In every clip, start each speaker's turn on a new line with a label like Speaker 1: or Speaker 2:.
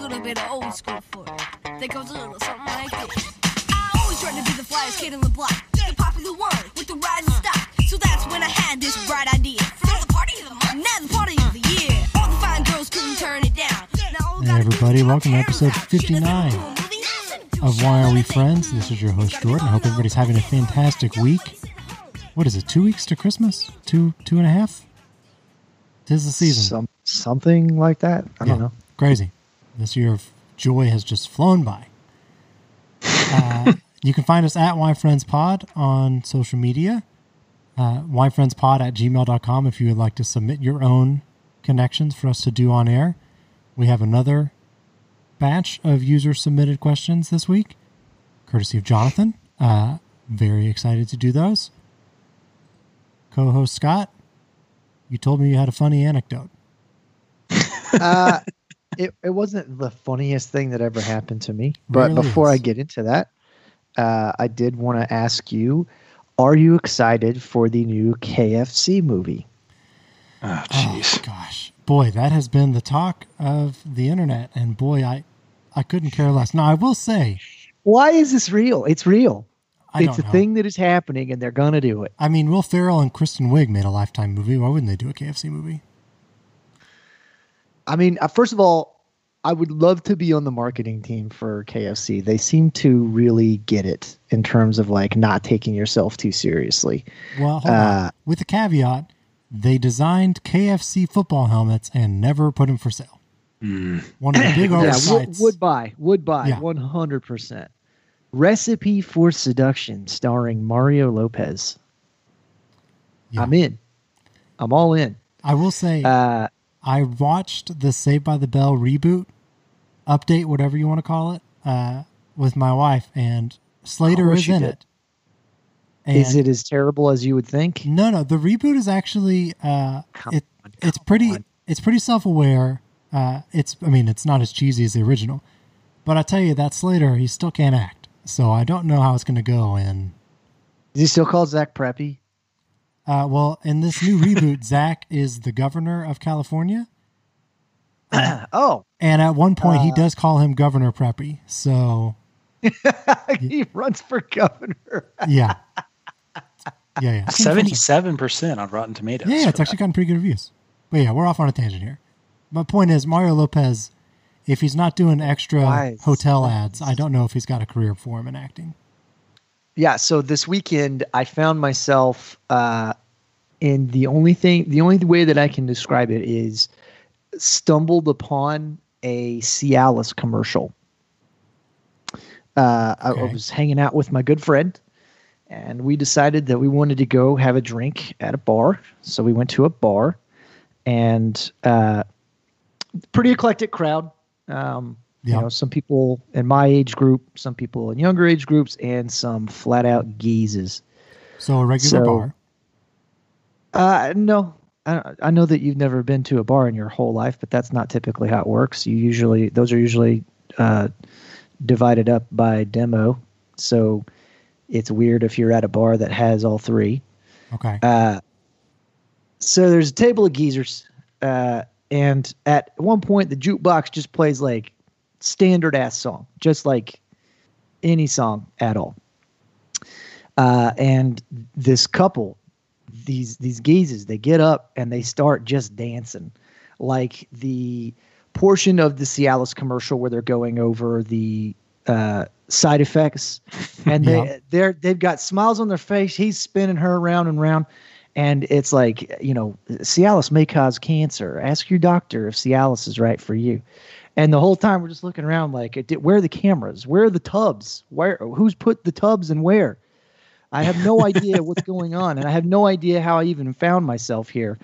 Speaker 1: little bit of old school for it. That goes a little something like this. I always tried to be the flyest kid on the block, the popular one with the ride and stop. So that's when I had this bright idea. Now the party of the month, now the party of the year. All the fine girls couldn't turn it down. Now all we
Speaker 2: Hey,
Speaker 1: gotta do is
Speaker 2: everybody,
Speaker 1: get our
Speaker 2: welcome to
Speaker 1: parents
Speaker 2: episode
Speaker 1: out. Shouldn't have
Speaker 2: 59
Speaker 1: sent them to a movie, sent them to a
Speaker 2: of
Speaker 1: show,
Speaker 2: Why Are We
Speaker 1: let them-
Speaker 2: Friends? This is your host, Jordan. I hope everybody's having a fantastic week. What is it, two weeks to Christmas? Two, two and a half? Tis the season.
Speaker 3: Some, something like that. I don't
Speaker 2: Yeah,
Speaker 3: know.
Speaker 2: Crazy. This year of joy has just flown by. Uh, you can find us at Why Friends Pod on social media. Uh, WhyFriendsPod at gmail.com if you would like to submit your own connections for us to do on air. We have another batch of user submitted questions this week, courtesy of Jonathan. Uh, very excited to do those. Co host Scott, you told me you had a funny anecdote.
Speaker 3: Uh, it, it wasn't the funniest thing that ever happened to me. But
Speaker 2: Really
Speaker 3: before I
Speaker 2: is.
Speaker 3: get into that, uh, I did want to ask you Are you excited for the new KFC movie?
Speaker 4: Oh,
Speaker 2: Oh,
Speaker 4: jeez.
Speaker 2: gosh, boy, that has been the talk of the internet, and boy, I, I couldn't care less. Now, I will say,
Speaker 3: Why is this real? It's real.
Speaker 2: I
Speaker 3: it's a
Speaker 2: don't know.
Speaker 3: thing that is happening, and they're going to do it.
Speaker 2: I mean, Will Ferrell and Kristen Wiig made a Lifetime movie. Why wouldn't they do a KFC movie?
Speaker 3: I mean, uh, first of all, I would love to be on the marketing team for KFC. They seem to really get it in terms of like not taking yourself too seriously.
Speaker 2: Well, hold
Speaker 3: Uh,
Speaker 2: on. with the caveat, they designed KFC football helmets and never put them for sale.
Speaker 4: Mm.
Speaker 2: One of the big
Speaker 3: Yeah, would,
Speaker 2: oversights.
Speaker 3: would buy, would buy,
Speaker 2: Oh, Yeah.
Speaker 3: one hundred percent. Recipe for Seduction, starring Mario Lopez.
Speaker 2: Yeah.
Speaker 3: I'm in. I'm all in.
Speaker 2: I will say,
Speaker 3: Uh,
Speaker 2: I watched the Saved by the Bell reboot, update, whatever you want to call it, uh, with my wife, and Slater
Speaker 3: wish
Speaker 2: is
Speaker 3: you
Speaker 2: in
Speaker 3: did.
Speaker 2: it.
Speaker 3: is
Speaker 2: And-
Speaker 3: it as terrible as you would think?
Speaker 2: No, no. The reboot is actually uh,
Speaker 3: Come
Speaker 2: it,
Speaker 3: on,
Speaker 2: it's
Speaker 3: come
Speaker 2: pretty
Speaker 3: on.
Speaker 2: it's pretty self aware. Uh, it's I mean it's not as cheesy as the original, but I tell you that Slater he still can't act, so I don't know how it's going to go. And
Speaker 3: Is he still called Zach Preppy?
Speaker 2: uh, well, in this new reboot, Zach is the governor of California,
Speaker 3: oh,
Speaker 2: and at one point
Speaker 3: Uh.
Speaker 2: he does call him Governor Preppy. So
Speaker 3: he runs for governor.
Speaker 2: yeah, yeah, yeah.
Speaker 4: Seventy-seven percent on Rotten Tomatoes.
Speaker 2: Yeah, yeah,
Speaker 4: for
Speaker 2: it's actually gotten pretty good reviews. But yeah, we're off on a tangent here. My point is Mario Lopez, if he's not doing extra
Speaker 3: Why is-
Speaker 2: hotel ads, I don't know if he's got a career for him in acting.
Speaker 3: Yeah. So this weekend, I found myself uh, in the only thing, the only way that I can describe it is stumbled upon a Cialis commercial. Uh, I- I
Speaker 2: Okay.
Speaker 3: was hanging out with my good friend, and we decided that we wanted to go have a drink at a bar. So we went to a bar, and uh, pretty eclectic crowd. Um,
Speaker 2: Yeah.
Speaker 3: You know, some people in my age group, some people in younger age groups, and some flat out geezes.
Speaker 2: So a regular
Speaker 3: So-
Speaker 2: bar.
Speaker 3: Uh, no, I, I know that you've never been to a bar in your whole life, but that's not typically how it works. You usually those are usually uh, divided up by demo, so it's weird if you're at a bar that has all three.
Speaker 2: Okay.
Speaker 3: Uh, so there's a table of geezers, uh, and at one point the jukebox just plays like standard ass song, just like any song at all. Uh, and this couple, these these geezers, they get up and they start just dancing, like the portion of the Cialis commercial where they're going over the uh, side effects, and they
Speaker 2: Yeah.
Speaker 3: they're they've got smiles on their face. He's spinning her round and round, and it's like you know, Cialis may cause cancer. Ask your doctor if Cialis is right for you. And the whole time we're just looking around, like, it did- where are the cameras? Where are the tubs? Where? Who's put the tubs and where? I have no idea what's going on, and I have no idea how I even found myself here.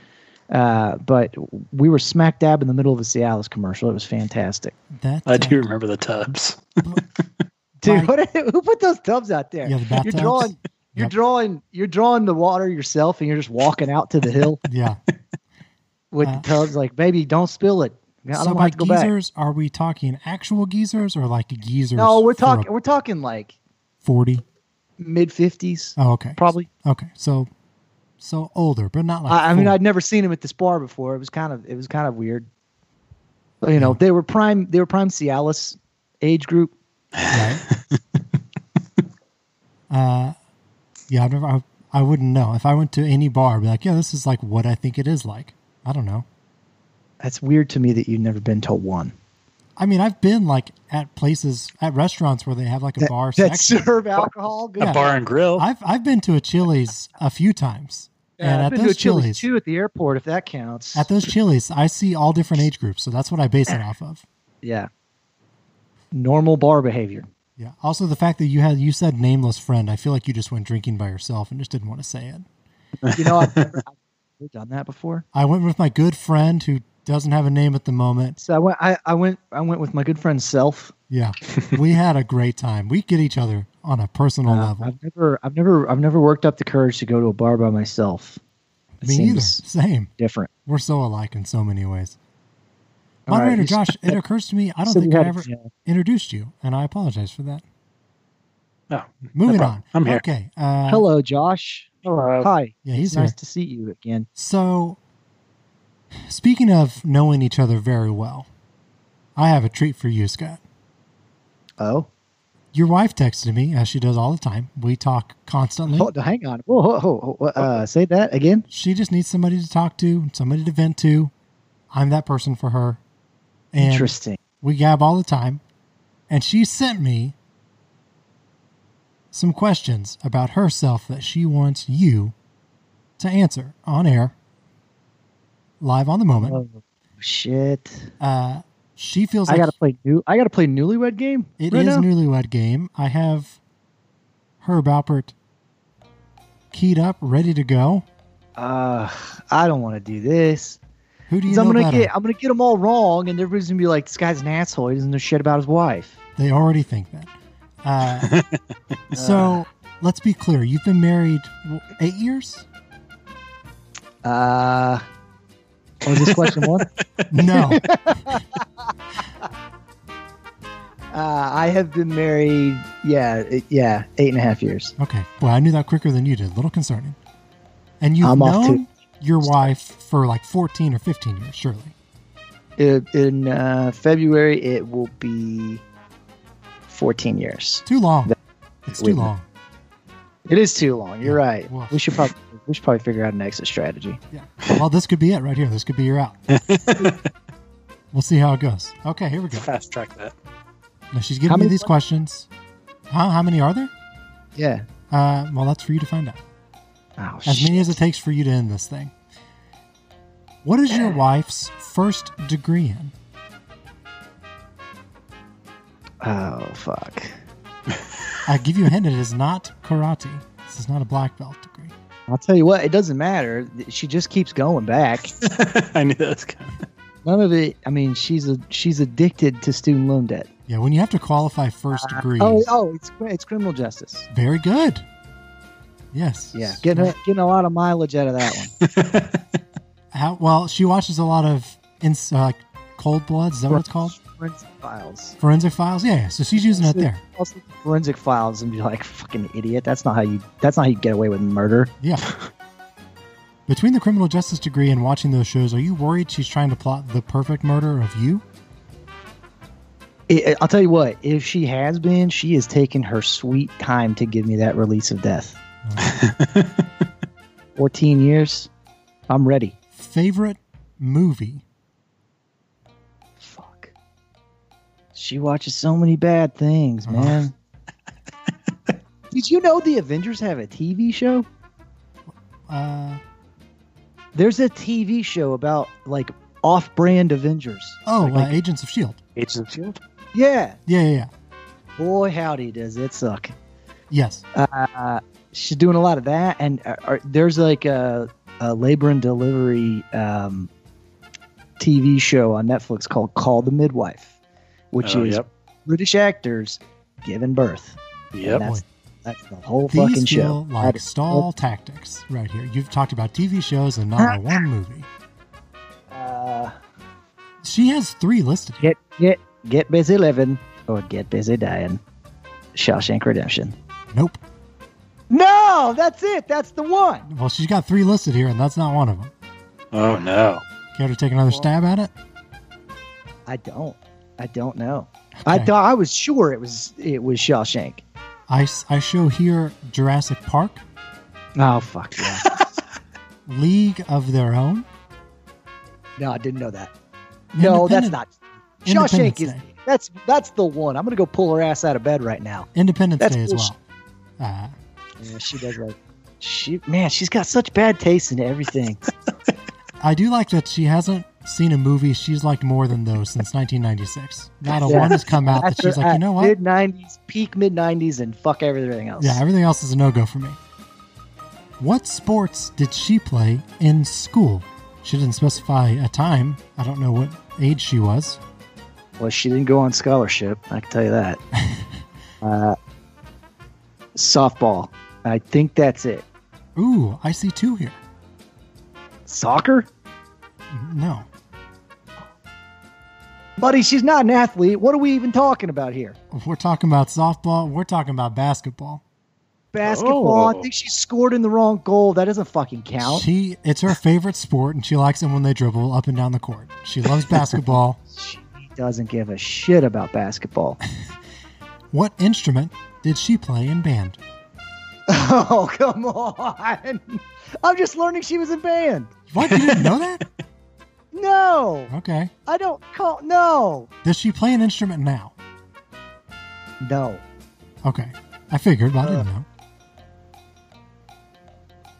Speaker 3: Uh, but we were smack dab in the middle of a Cialis commercial. It was fantastic.
Speaker 2: that
Speaker 4: I do
Speaker 2: uh,
Speaker 4: remember the tubs.
Speaker 3: Dude,
Speaker 2: Mike-
Speaker 3: what, who put those tubs out there?
Speaker 2: Yeah, the
Speaker 3: you're
Speaker 2: bathtubs.
Speaker 3: drawing, you're
Speaker 2: Yep.
Speaker 3: drawing, you're drawing the water yourself, and you're just walking out to the hill
Speaker 2: Yeah.
Speaker 3: with
Speaker 2: Uh,
Speaker 3: the tubs. Like, baby, don't spill it. I don't
Speaker 2: so
Speaker 3: want
Speaker 2: by
Speaker 3: to go back.
Speaker 2: geezers, are we talking actual geezers or like geezers?
Speaker 3: No, we're
Speaker 2: for a
Speaker 3: talking, we're talking like
Speaker 2: forty.
Speaker 3: mid fifties,
Speaker 2: Oh, okay.
Speaker 3: probably.
Speaker 2: Okay. So so older, but not like
Speaker 3: I, I mean,
Speaker 2: 40.
Speaker 3: I'd never seen him at this bar before. It was kind of, it was kind of weird. you know, they were prime. They were prime Cialis age group.
Speaker 2: Right. uh, yeah, I've never. I, I wouldn't know if I went to any bar. I'd be like, yeah, this is like what I think it is like. I don't know.
Speaker 3: That's weird to me that you've never been to one.
Speaker 2: I mean, I've been like at places at restaurants where they have like a
Speaker 3: That,
Speaker 2: bar
Speaker 3: that
Speaker 2: section.
Speaker 3: serve alcohol. Good.
Speaker 4: A bar and grill.
Speaker 2: I've I've been to a Chili's a few times,
Speaker 3: Yeah,
Speaker 2: and at
Speaker 3: I've been to a
Speaker 2: those
Speaker 3: Chili's
Speaker 2: Chili's,
Speaker 3: too at the airport, if that counts.
Speaker 2: at those Chili's, I see all different age groups. So that's what I base it off of.
Speaker 3: yeah. Normal bar behavior.
Speaker 2: Yeah. Also, the fact that you had you said nameless friend, I feel like you just went drinking by yourself and just didn't want to say it.
Speaker 3: You know, I've never, I've never done that before.
Speaker 2: I went with my good friend who doesn't have a name at the moment.
Speaker 3: So I went. I, I went. I went with my good friend Self.
Speaker 2: Yeah, we had a great time. We get each other on a personal
Speaker 3: Uh,
Speaker 2: level.
Speaker 3: I've never. I've never. I've never worked up the courage to go to a bar by myself. It
Speaker 2: Me either.
Speaker 3: seems
Speaker 2: Same.
Speaker 3: Different.
Speaker 2: We're so alike in so many ways.
Speaker 3: All right,
Speaker 2: Moderator
Speaker 3: you
Speaker 2: Josh,
Speaker 3: said-
Speaker 2: it occurs to me I don't
Speaker 3: said
Speaker 2: think
Speaker 3: you
Speaker 2: I
Speaker 3: had a
Speaker 2: ever
Speaker 3: jam.
Speaker 2: introduced you, and I apologize for that.
Speaker 4: No,
Speaker 2: Moving
Speaker 4: problem.
Speaker 2: on.
Speaker 4: I'm here.
Speaker 2: Okay. Uh,
Speaker 3: Hello, Josh.
Speaker 4: Hello.
Speaker 3: Hi.
Speaker 2: Yeah, he's
Speaker 3: It's nice
Speaker 2: here.
Speaker 3: to see you again.
Speaker 2: So, speaking of knowing each other very well, I have a treat for you, Scott.
Speaker 3: Oh.
Speaker 2: Your wife texted me, as she does all the time. We talk constantly.
Speaker 3: Oh, Hold, hang on. Whoa, whoa, whoa, whoa, Uh, say that again.
Speaker 2: She just needs somebody to talk to, somebody to vent to. I'm that person for her. And
Speaker 3: Interesting.
Speaker 2: we gab all the time. And she sent me some questions about herself that she wants you to answer on air, live on the moment.
Speaker 3: Oh shit!
Speaker 2: Uh, she feels
Speaker 3: I
Speaker 2: like
Speaker 3: gotta play new. I gotta play newlywed game.
Speaker 2: It is
Speaker 3: right now?
Speaker 2: newlywed game. I have Herb Alpert keyed up, ready to go.
Speaker 3: Uh, I don't want to do this.
Speaker 2: Who do you
Speaker 3: 'Cause I'm
Speaker 2: know
Speaker 3: gonna
Speaker 2: better?
Speaker 3: get. I'm gonna get them all wrong, and everybody's gonna be like, "This guy's an asshole. He doesn't know shit about his wife."
Speaker 2: They already think that. Uh, so let's be clear. You've been married w- eight years?
Speaker 3: Uh, what was this question one?
Speaker 2: No,
Speaker 3: Uh, I have been married. Yeah, it- yeah, eight and a half years.
Speaker 2: okay. Well, I knew that quicker than you did. A little concerning. And you've
Speaker 3: I'm off
Speaker 2: known your wife for like fourteen or fifteen years, surely.
Speaker 3: It, in uh, February, it will be fourteen years.
Speaker 2: Too long.
Speaker 3: That-
Speaker 2: It's
Speaker 3: wait
Speaker 2: too
Speaker 3: a minute.
Speaker 2: long.
Speaker 3: It is too long. You're
Speaker 2: Yeah,
Speaker 3: right.
Speaker 2: well.
Speaker 3: We should probably we should probably figure out an exit strategy.
Speaker 2: Well, this could be it right here. This could be your out. we'll see how it goes. Okay, here we go.
Speaker 4: fast track that.
Speaker 2: Now she's giving
Speaker 3: How
Speaker 2: me
Speaker 3: many
Speaker 2: these questions. Huh? How many are there?
Speaker 3: Yeah.
Speaker 2: Uh, well, that's for you to find out.
Speaker 3: Oh,
Speaker 2: As
Speaker 3: shit.
Speaker 2: many as it takes for you to end this thing. What is your wife's first degree in?
Speaker 3: Oh fuck.
Speaker 2: I give you a hint. It is not karate. This is not a black belt degree.
Speaker 3: I'll tell you what. It doesn't matter. She just keeps going back.
Speaker 4: I knew that was coming.
Speaker 3: None of it. I mean, she's a she's addicted to student loan debt.
Speaker 2: Yeah, when you have to qualify first degree.
Speaker 3: Oh, oh, it's it's criminal justice.
Speaker 2: Very good. Yes.
Speaker 3: Yeah, getting a, getting a lot of mileage out of that one.
Speaker 2: How, well, she watches a lot of ins, uh, Cold Bloods. Is that what it's called?
Speaker 3: Forensic files.
Speaker 2: Forensic Files. Yeah. yeah. So she's using it there.
Speaker 3: Also, forensic files, and be like, "Fucking idiot! That's not how you. That's not how you get away with murder."
Speaker 2: Yeah. Between the criminal justice degree and watching those shows, are you worried she's trying to plot the perfect murder of you?
Speaker 3: It, I'll tell you what. If she has been, she has taken her sweet time to give me that release of death.
Speaker 2: Oh.
Speaker 3: Fourteen years. I'm ready.
Speaker 2: Favorite movie?
Speaker 3: Fuck. She watches so many bad things,
Speaker 2: Uh-huh.
Speaker 3: man. Did you know the Avengers have a TV show?
Speaker 2: Uh,
Speaker 3: There's a TV show about like off-brand Avengers.
Speaker 2: oh,
Speaker 3: Like- like-
Speaker 2: uh, Agents of S.H.I.E.L.D.
Speaker 4: Agent of Shield.
Speaker 3: yeah.
Speaker 2: Yeah, yeah, yeah.
Speaker 3: Boy, howdy, does it suck.
Speaker 2: Yes.
Speaker 3: Uh, she's doing a lot of that, and uh, uh, there's like a, a labor and delivery um, TV show on Netflix called "Call the Midwife," which
Speaker 4: Oh,
Speaker 3: is
Speaker 4: yep.
Speaker 3: British actors giving birth.
Speaker 4: Yep.
Speaker 3: That's, that's the whole fucking
Speaker 2: These
Speaker 3: show.
Speaker 2: feel like
Speaker 3: That is-
Speaker 2: stall tactics right here. You've talked about TV shows and not a one movie.
Speaker 3: Uh,
Speaker 2: She has three listed. here.
Speaker 3: get get get busy living or get busy dying. Shawshank Redemption.
Speaker 2: Nope.
Speaker 3: No, that's it. That's the one.
Speaker 2: Well, she's got three listed here, and that's not one of them.
Speaker 4: Oh no.
Speaker 2: Care to take another stab at it?
Speaker 3: I don't. I don't know. I thought I was sure it was it was Shawshank.
Speaker 2: I, s- I show here Jurassic Park,
Speaker 3: Oh fuck yeah!
Speaker 2: League of Their Own.
Speaker 3: no, I didn't know that. No, that's
Speaker 2: Independent-
Speaker 3: not.
Speaker 2: Independence
Speaker 3: Shawshank is
Speaker 2: Day.
Speaker 3: that's that's the one. I'm gonna go pull her ass out of bed right now.
Speaker 2: Independence
Speaker 3: That's
Speaker 2: Day as
Speaker 3: bullshit.
Speaker 2: well. Uh,
Speaker 3: Yeah, she does like she man. She's got such bad taste in everything.
Speaker 2: I do like that she hasn't seen a movie she's liked more than those since 1996. Not a
Speaker 3: Yeah.
Speaker 2: one has come out that she's like, you know what?
Speaker 3: Mid '90s, peak mid '90s, and fuck everything else.
Speaker 2: Yeah, everything else is a no go for me. What sports did she play in school? She didn't specify a time. I don't know what age she was.
Speaker 3: Well, she didn't go on scholarship. I can tell you that. uh, softball. I think that's it.
Speaker 2: Ooh, I see two here.
Speaker 3: Soccer,
Speaker 2: No.
Speaker 3: buddy. She's not an athlete. What are we even talking about here?
Speaker 2: We're talking about softball. We're talking about basketball.
Speaker 3: Basketball. I
Speaker 4: Oh.
Speaker 3: think she scored in the wrong goal. That doesn't fucking count.
Speaker 2: She it's her favorite sport and she likes them when they dribble up and down the court. She loves basketball.
Speaker 3: She doesn't give a shit about basketball.
Speaker 2: what instrument did she play in band?
Speaker 3: oh, come on. I'm just learning she was in band.
Speaker 2: What? You didn't know that?
Speaker 3: No,
Speaker 2: Okay.
Speaker 3: I don't call. No,
Speaker 2: Does she play an instrument now?
Speaker 3: no.
Speaker 2: Okay. I figured, but I didn't know.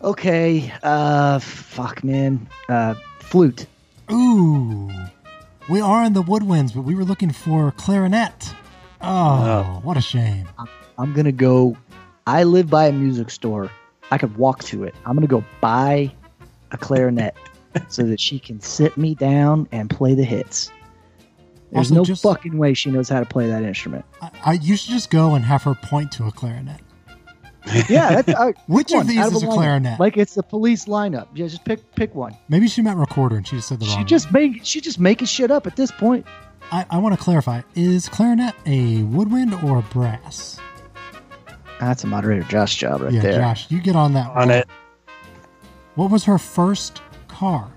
Speaker 3: Okay. Uh, fuck, man. Uh, flute.
Speaker 2: Ooh. We are in the woodwinds, but we were looking for clarinet. Oh, what a shame.
Speaker 3: I'm gonna go. I live by a music store. I could walk to it. I'm gonna go buy a clarinet so that she can sit me down and play the hits. There's
Speaker 2: Also,
Speaker 3: no
Speaker 2: just-
Speaker 3: fucking way she knows how to play that instrument.
Speaker 2: I, I, you should just go and have her point to a clarinet.
Speaker 3: Yeah, that's, I,
Speaker 2: Which
Speaker 3: pick
Speaker 2: of these
Speaker 3: out
Speaker 2: is
Speaker 3: a
Speaker 2: a
Speaker 3: lineup.
Speaker 2: clarinet?
Speaker 3: Like it's the police lineup. Yeah, just pick pick one.
Speaker 2: Maybe she meant recorder and she just said the wrong
Speaker 3: She
Speaker 2: one.
Speaker 3: just make she just making shit up at this point.
Speaker 2: I, I want to clarify is clarinet a woodwind or a brass?
Speaker 3: That's a moderator Josh job right
Speaker 2: yeah,
Speaker 3: there.
Speaker 2: Josh, you get on that one.
Speaker 4: on it.
Speaker 2: What was her first car?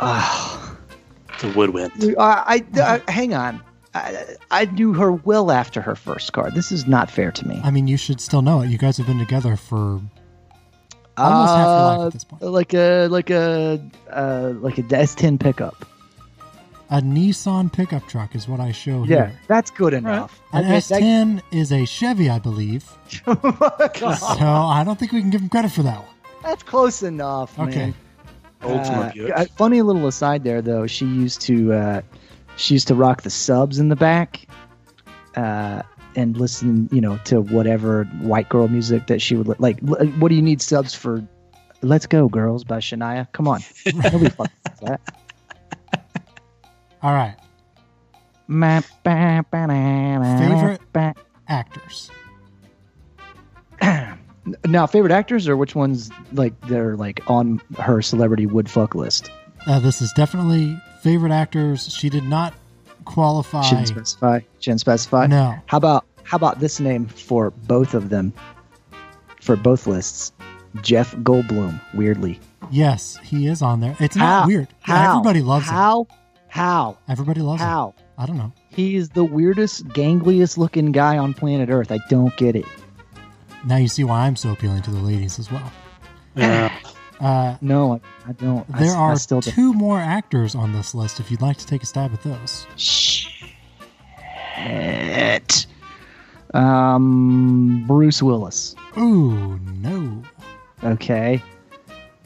Speaker 3: Ah.
Speaker 4: The woodwind.
Speaker 3: Dude, I, I, I- hang on. I, I knew her well after her first card. This is not fair to me.
Speaker 2: I mean, you should still know it. You guys have been together for almost half your life at this point.
Speaker 3: Uh, Like a like a uh, like a S10 pickup.
Speaker 2: A Nissan pickup truck is what I show
Speaker 3: Yeah,
Speaker 2: here.
Speaker 3: that's good enough.
Speaker 2: Oh, An
Speaker 3: I guess that-
Speaker 2: S10 is a Chevy, I believe. So
Speaker 3: God,
Speaker 2: I don't think we can give him credit for that one.
Speaker 3: that's close enough.
Speaker 2: Okay.
Speaker 3: man. Uh,
Speaker 4: Oldsmobile.
Speaker 3: uh, funny little aside there though. She used to uh, she used to rock the subs in the back, uh, and listen, you know, to whatever white girl music that she would li- like. l- What do you need subs for? Let's go, girls by Shania. Come on, nobody fucking does that.
Speaker 2: All right.
Speaker 3: Favorite
Speaker 2: Actors.
Speaker 3: now favorite actors or which ones like they're like on her celebrity would fuck list.
Speaker 2: Uh, this is definitely favorite actors. She did not qualify.
Speaker 3: She didn't specify. She didn't specify.
Speaker 2: No.
Speaker 3: How about how about this name for both of them? For both lists, Jeff Goldblum. Weirdly,
Speaker 2: Yes, he is on there. It's not
Speaker 3: How?
Speaker 2: weird. Yeah,
Speaker 3: how
Speaker 2: Everybody loves him.
Speaker 3: how how
Speaker 2: Everybody loves him.
Speaker 3: how
Speaker 2: I don't know.
Speaker 3: he is the weirdest, gangliest looking guy on planet Earth. I don't get it.
Speaker 2: Now you see why I'm so appealing to the ladies as well.
Speaker 4: Yeah.
Speaker 2: Uh,
Speaker 3: No, I, I don't. I
Speaker 2: there
Speaker 3: s- I
Speaker 2: are
Speaker 3: still don't.
Speaker 2: two more actors on this list if you'd like to take a stab at those.
Speaker 3: Shit. Um, Bruce Willis.
Speaker 2: Ooh, no.
Speaker 3: Okay.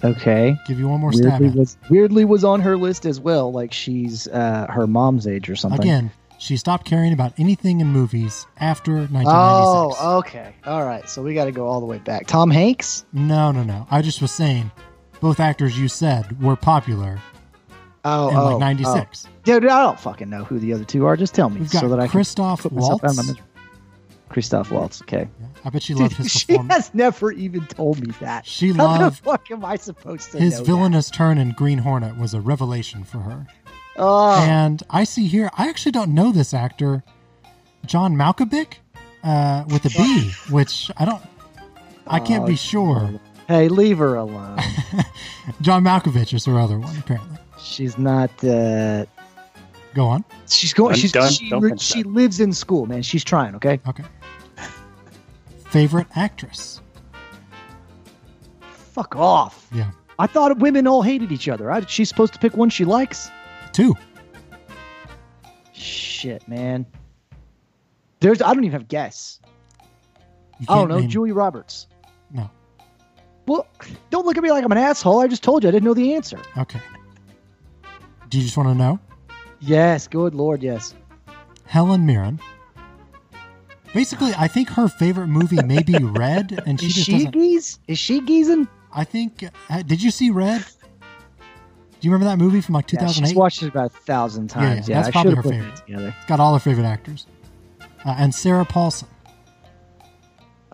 Speaker 3: Okay.
Speaker 2: Give you one more stab
Speaker 3: Weirdly
Speaker 2: at it.
Speaker 3: was, weirdly was on her list as well. Like she's uh, her mom's age or something.
Speaker 2: Again, she stopped caring about anything in movies after 1996.
Speaker 3: Oh, okay. All right. So we got to go all the way back. Tom Hanks.
Speaker 2: No, no, no. I just was saying, both actors you said were popular
Speaker 3: Oh,
Speaker 2: in
Speaker 3: oh,
Speaker 2: like '96.
Speaker 3: oh. Dude, I don't fucking know who the other two are. Just tell me
Speaker 2: We've got
Speaker 3: so that I can
Speaker 2: Christoph
Speaker 3: put myself out of my
Speaker 2: Waltz.
Speaker 3: misery. Christoph Waltz. Okay.
Speaker 2: Yeah, I bet she loved his
Speaker 3: she
Speaker 2: performance.
Speaker 3: has never even told me that.
Speaker 2: She
Speaker 3: How the
Speaker 2: loved
Speaker 3: fuck am I supposed to
Speaker 2: his
Speaker 3: know that?
Speaker 2: villainous turn in Green Hornet was a revelation for her.
Speaker 3: Oh,
Speaker 2: And I see here, I actually don't know this actor, John Malkovich, uh, with a B, which I don't, I can't
Speaker 3: Oh,
Speaker 2: be sure.
Speaker 3: hey, leave her alone.
Speaker 2: John Malkovich is her other one, apparently.
Speaker 3: She's not. Uh,
Speaker 2: Go on.
Speaker 3: She's going.
Speaker 4: I'm
Speaker 3: She's,
Speaker 4: done.
Speaker 3: she
Speaker 4: Don't
Speaker 3: re-
Speaker 4: finish
Speaker 3: she
Speaker 4: that.
Speaker 3: lives in school, man. She's trying. Okay.
Speaker 2: Okay. Favorite actress?
Speaker 3: Fuck off.
Speaker 2: Yeah.
Speaker 3: I thought women all hated each other. I, she's supposed to pick one she likes.
Speaker 2: Two.
Speaker 3: Shit, man. There's. I don't even have guess.
Speaker 2: You
Speaker 3: I don't
Speaker 2: can't
Speaker 3: know.
Speaker 2: name-
Speaker 3: Julie Roberts.
Speaker 2: No.
Speaker 3: Well, don't look at me like I'm an asshole. I just told you I didn't know the answer.
Speaker 2: Okay. Do you just want to know?
Speaker 3: Yes. Good lord. Yes.
Speaker 2: Helen Mirren. Basically, I think her favorite movie may be Red, and she
Speaker 3: Is
Speaker 2: just
Speaker 3: she
Speaker 2: doesn't.
Speaker 3: geese? Is she geezing?
Speaker 2: I think. uh, Did you see Red? Do you remember that movie from like
Speaker 3: Yeah,
Speaker 2: 2008?
Speaker 3: she's watched it about a thousand
Speaker 2: Yeah, yeah,
Speaker 3: times. Yeah,
Speaker 2: that's
Speaker 3: I
Speaker 2: probably her
Speaker 3: should have put
Speaker 2: favorite.
Speaker 3: that together.
Speaker 2: It's got all her favorite actors. Uh, and Sarah Paulson.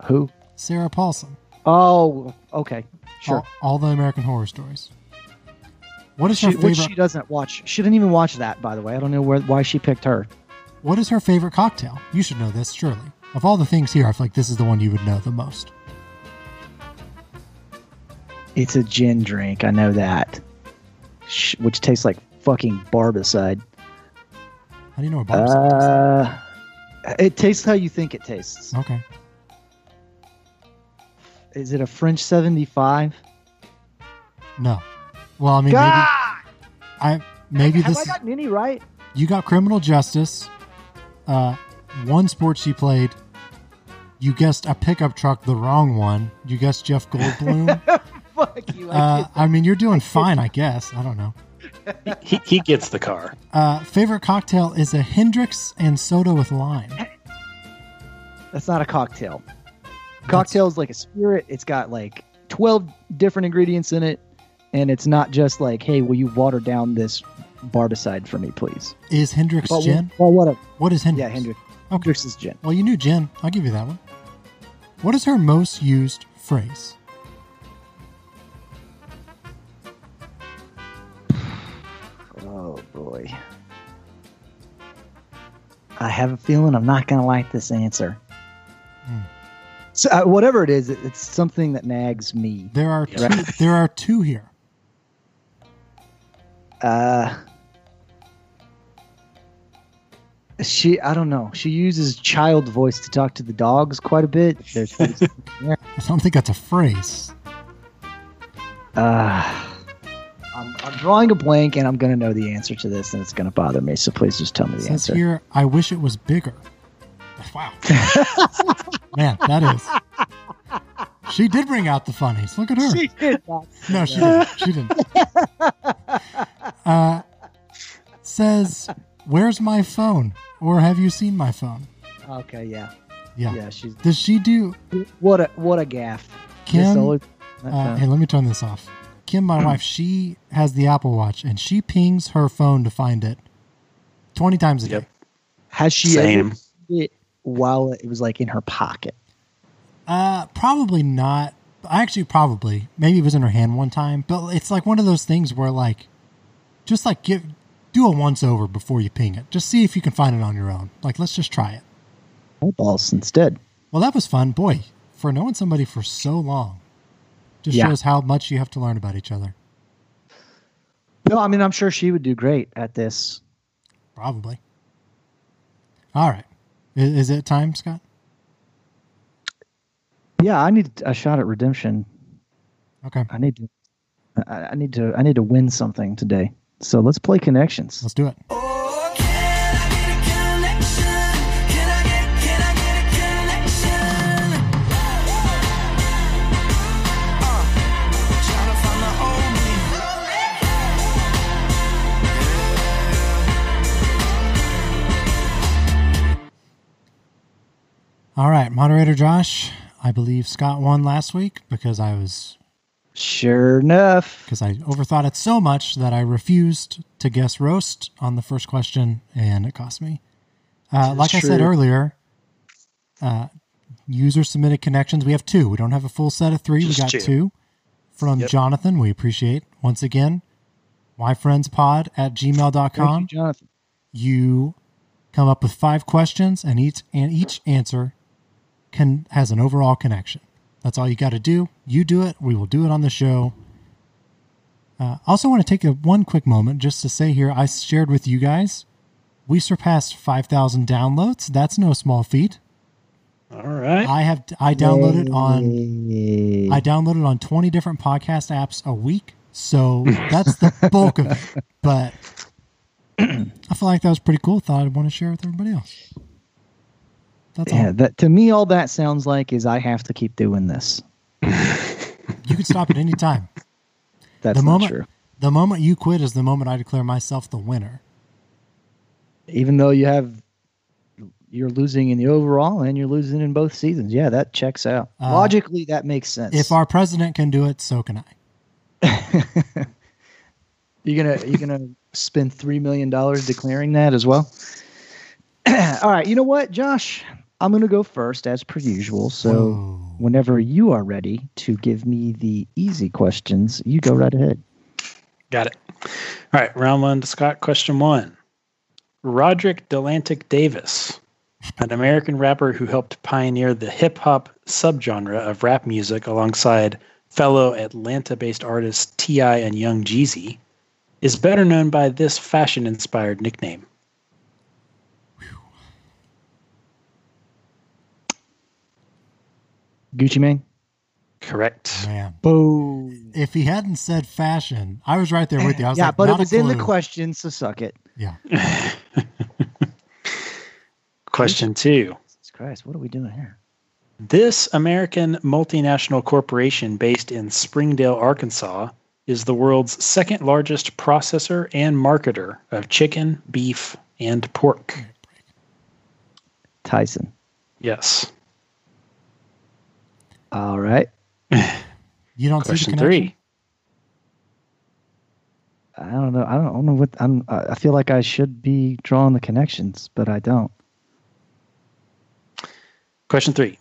Speaker 3: Who?
Speaker 2: Sarah Paulson.
Speaker 3: Oh, okay. Sure.
Speaker 2: All, all the American Horror Stories. What is
Speaker 3: She,
Speaker 2: her
Speaker 3: which
Speaker 2: favorite?
Speaker 3: she doesn't watch. She didn't even watch that, by the way. I don't know where, why she picked her.
Speaker 2: What is her favorite cocktail? You should know this, surely. Of all the things here, I feel like this is the one you would know the most.
Speaker 3: It's a gin drink. I know that. Sh- which tastes like fucking barbicide.
Speaker 2: How do you know what Bob's
Speaker 3: Uh, it tastes how you think it tastes.
Speaker 2: Okay.
Speaker 3: Is it a French 75?
Speaker 2: No. Well, I mean,
Speaker 3: God!
Speaker 2: maybe, I, maybe
Speaker 3: Have
Speaker 2: this.
Speaker 3: I
Speaker 2: is-
Speaker 3: gotten any right?
Speaker 2: you got criminal justice, uh, one sport she played. You guessed a pickup truck, the wrong one. You guessed Jeff Goldblum.
Speaker 3: Fuck you. I
Speaker 2: uh, I mean, you're doing fine, I guess. I don't know.
Speaker 4: He, he gets the car.
Speaker 2: Uh, favorite cocktail is a Hendrix and soda with lime.
Speaker 3: can't- that's not a cocktail. Cocktail is like a spirit. It's got like 12 different ingredients in it. And it's not just like, hey, will you water down this barbicide for me, please?
Speaker 2: Is Hendrix
Speaker 3: Well,
Speaker 2: gin?
Speaker 3: Well, whatever.
Speaker 2: What is Hendrix?
Speaker 3: Yeah, Hendrix.
Speaker 2: Okay.
Speaker 3: Hendrix is gin.
Speaker 2: Well, you knew gin. I'll give you that one. What is her most used phrase?
Speaker 3: Oh boy. I have a feeling I'm not gonna like this answer.
Speaker 2: Hmm.
Speaker 3: So uh, whatever it is, it, it's something that nags me.
Speaker 2: There are
Speaker 4: Yeah.
Speaker 2: two, there are two here.
Speaker 3: Uh, she, I don't know. She uses child voice to talk to the dogs quite a bit. There's,
Speaker 2: I don't think that's a phrase.
Speaker 3: uh, I'm, I'm drawing a blank, and I'm gonna know the answer to this, and it's gonna bother me. So please just tell me
Speaker 2: It
Speaker 3: the
Speaker 2: says
Speaker 3: answer.
Speaker 2: here, I wish it was bigger. Wow. Man, that is. She did bring out the funnies. Look at her.
Speaker 3: She did not.
Speaker 2: no, she didn't. She didn't. Uh, says, Where's my phone? Or have you seen my phone?
Speaker 3: Okay, yeah,
Speaker 2: Yeah.
Speaker 3: yeah. She's
Speaker 2: Does she do.
Speaker 3: what a what a gaff. Just
Speaker 2: Kim
Speaker 3: always-
Speaker 2: Uh,
Speaker 3: Uh,
Speaker 2: hey, let me turn this off. Kim, my wife, she has the Apple Watch and she pings her phone to find it 20 times a
Speaker 4: Yep.
Speaker 2: day.
Speaker 3: has she
Speaker 4: Same.
Speaker 3: ever used it while it was like in her pocket?
Speaker 2: Uh, probably not. Actually, probably. Maybe it was in her hand one time, but it's like one of those things where, like, just like give, do a once over before you ping it. Just see if you can find it on your own. Like, let's just try it.
Speaker 3: Eyeballs instead.
Speaker 2: Well, that was fun. Boy, for knowing somebody for so long just
Speaker 3: Yeah.
Speaker 2: shows how much you have to learn about each other.
Speaker 3: No, I mean I'm sure she would do great at this.
Speaker 2: Probably. All right. I- Is it time, Scott?
Speaker 3: Yeah, I need a shot at redemption.
Speaker 2: Okay.
Speaker 3: I need to. I, I need to. I need to win something today. So let's play connections.
Speaker 2: Let's do it.
Speaker 1: Oh, can I get a connection? Can I get, can I get a connection? Uh, tryna find my own me.
Speaker 2: All right, moderator Josh. I believe Scott won last week because I was
Speaker 3: Sure enough,
Speaker 2: because I overthought it so much that I refused to guess roast on the first question, and it cost me. Uh,
Speaker 3: is
Speaker 2: like I said
Speaker 3: true.
Speaker 2: earlier, uh, user submitted connections. We have two. We don't have a full set of three.
Speaker 4: Just
Speaker 2: we got
Speaker 4: two.
Speaker 2: two, from
Speaker 4: Yep.
Speaker 2: Jonathan. We appreciate once again. Myfriendspod at
Speaker 3: Thank
Speaker 2: gmail.com.
Speaker 3: you, Jonathan.
Speaker 2: you come up with five questions and each and each answer can has an overall connection that's all you got to do you do it we will do it on the show uh, also want to take a one quick moment just to say here i shared with you guys We surpassed 5,000 downloads. That's no small feat.
Speaker 4: All right.
Speaker 2: I have I downloaded on
Speaker 3: Hmm.
Speaker 2: I downloaded on 20 different podcast apps a week. So that's the bulk of it. But I feel like that was pretty cool. Thought I'd want to share it with everybody else. That's
Speaker 3: yeah,
Speaker 2: all.
Speaker 3: that to me, all that sounds like is I have to keep doing this.
Speaker 2: You can stop at any time.
Speaker 3: That's
Speaker 2: the
Speaker 3: not
Speaker 2: moment
Speaker 3: true.
Speaker 2: the moment you quit is the moment I declare myself the winner.
Speaker 3: Even though you have, you're losing in the overall and you're losing in both seasons. Yeah, that checks out.
Speaker 2: Uh,
Speaker 3: Logically, that makes sense.
Speaker 2: If our president can do it, so can I.
Speaker 3: You're gonna you're gonna spend three million dollars declaring that as well. All right, you know what, Josh? I'm gonna go first as per usual. So
Speaker 2: Whoa.
Speaker 3: whenever you are ready to give me the easy questions, you go right ahead.
Speaker 4: Got it. All right. Round one to Scott. Question one Roderick Delantic Davis, an American rapper who helped pioneer the hip hop subgenre of rap music alongside fellow Atlanta based artists T.I. and Young Jeezy, is better known by this fashion inspired nickname.
Speaker 3: Gucci Mane.
Speaker 4: Correct.
Speaker 2: Man.
Speaker 3: Boom.
Speaker 2: If he hadn't said fashion, I was right there with you. I was
Speaker 3: Yeah,
Speaker 2: like,
Speaker 3: but
Speaker 2: not
Speaker 3: it
Speaker 2: a
Speaker 3: was in the
Speaker 2: clue.
Speaker 3: question, so suck it.
Speaker 2: Yeah.
Speaker 4: Question two.
Speaker 3: Jesus Christ, what are we doing here?
Speaker 4: This American multinational corporation based in Springdale, Arkansas, is the world's second largest processor and marketer of chicken, beef, and pork.
Speaker 3: Tyson.
Speaker 4: Yes.
Speaker 3: All right.
Speaker 2: You don't see
Speaker 4: Question
Speaker 2: the connection.
Speaker 4: three.
Speaker 3: I don't know. I don't, I don't know what I'm. I I feel like I should be drawing the connections, but I don't.
Speaker 4: Question three.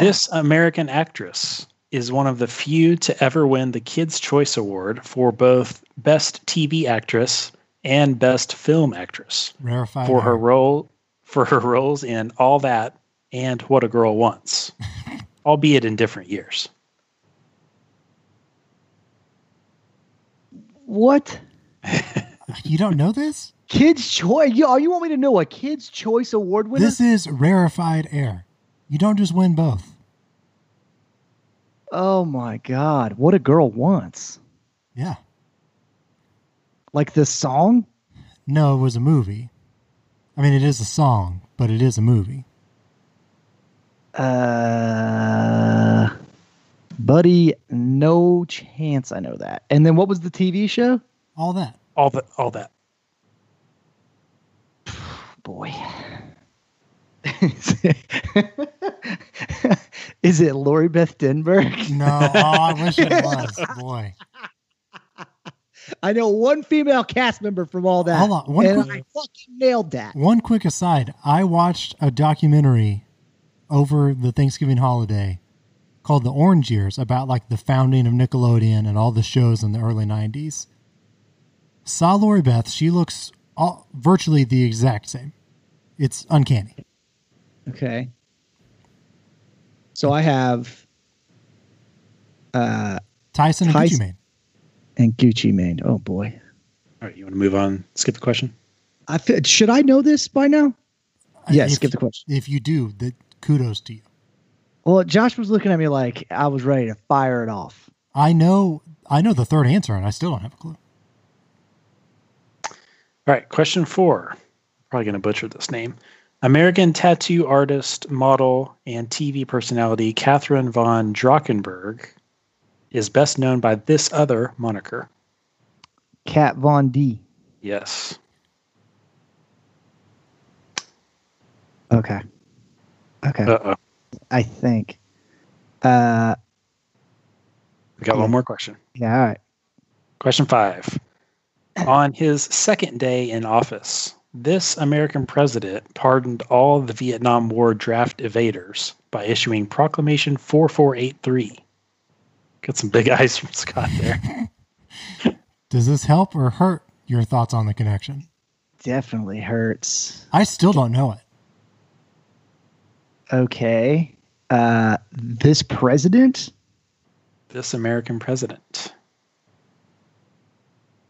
Speaker 4: This American actress is one of the few to ever win the Kids' Choice Award for both Best TV Actress and Best Film Actress.
Speaker 2: Rarefied
Speaker 4: for her
Speaker 2: air.
Speaker 4: role for her roles in All That and What a Girl Wants, albeit in different years.
Speaker 3: What?
Speaker 2: You don't know this?
Speaker 3: Kids' choice? Yo, you want me to know a Kids' Choice Award winner?
Speaker 2: This is rarefied air. You don't just win both.
Speaker 3: oh my God! What a girl wants.
Speaker 2: Yeah.
Speaker 3: Like this song?
Speaker 2: No, it was a movie. I mean, it is a song, but it is a movie.
Speaker 3: Uh, buddy, no chance. I know that. And then what was the TV show?
Speaker 2: All that.
Speaker 4: All that all that.
Speaker 3: Boy. Is it Lori Beth Denberg?
Speaker 2: No, oh, I wish it was. Boy.
Speaker 3: I know one female cast member from all that.
Speaker 2: Hold on, one
Speaker 3: and
Speaker 2: quick-
Speaker 3: I fucking nailed that.
Speaker 2: One quick aside I watched a documentary over the Thanksgiving holiday called The Orange Years about like the founding of Nickelodeon and all the shows in the early 90s. Saw Lori Beth. She looks all, virtually the exact same. It's uncanny.
Speaker 3: Okay. So I have uh
Speaker 2: Tyson and
Speaker 3: Tyson.
Speaker 2: Gucci Mane.
Speaker 3: and Gucci Mane. Oh boy.
Speaker 4: All right, you want to move on? Skip the question.
Speaker 3: I feel, should I know this by now? Yeah,
Speaker 2: Uh, If-
Speaker 3: skip the question.
Speaker 2: If you do, the kudos to you.
Speaker 3: Well, Josh was looking at me like I was ready to fire it off.
Speaker 2: I know I know the third answer and I still don't have a clue.
Speaker 4: All right, question four. Probably gonna butcher this name. American tattoo artist, model, and TV personality Catherine von Drachenberg is best known by this other moniker.
Speaker 3: Kat Von D.
Speaker 4: Yes.
Speaker 3: Okay. Okay.
Speaker 4: Uh oh.
Speaker 3: I think. Uh
Speaker 4: We got one more question.
Speaker 3: yeah, all right.
Speaker 4: Question five. On his second day in office, this American president pardoned all the Vietnam War draft evaders by issuing Proclamation 4483. Got some big eyes from Scott there.
Speaker 2: Does this help or hurt your thoughts on the connection?
Speaker 3: Definitely hurts.
Speaker 2: I still don't know it.
Speaker 3: Okay. Uh this president?
Speaker 4: this American president.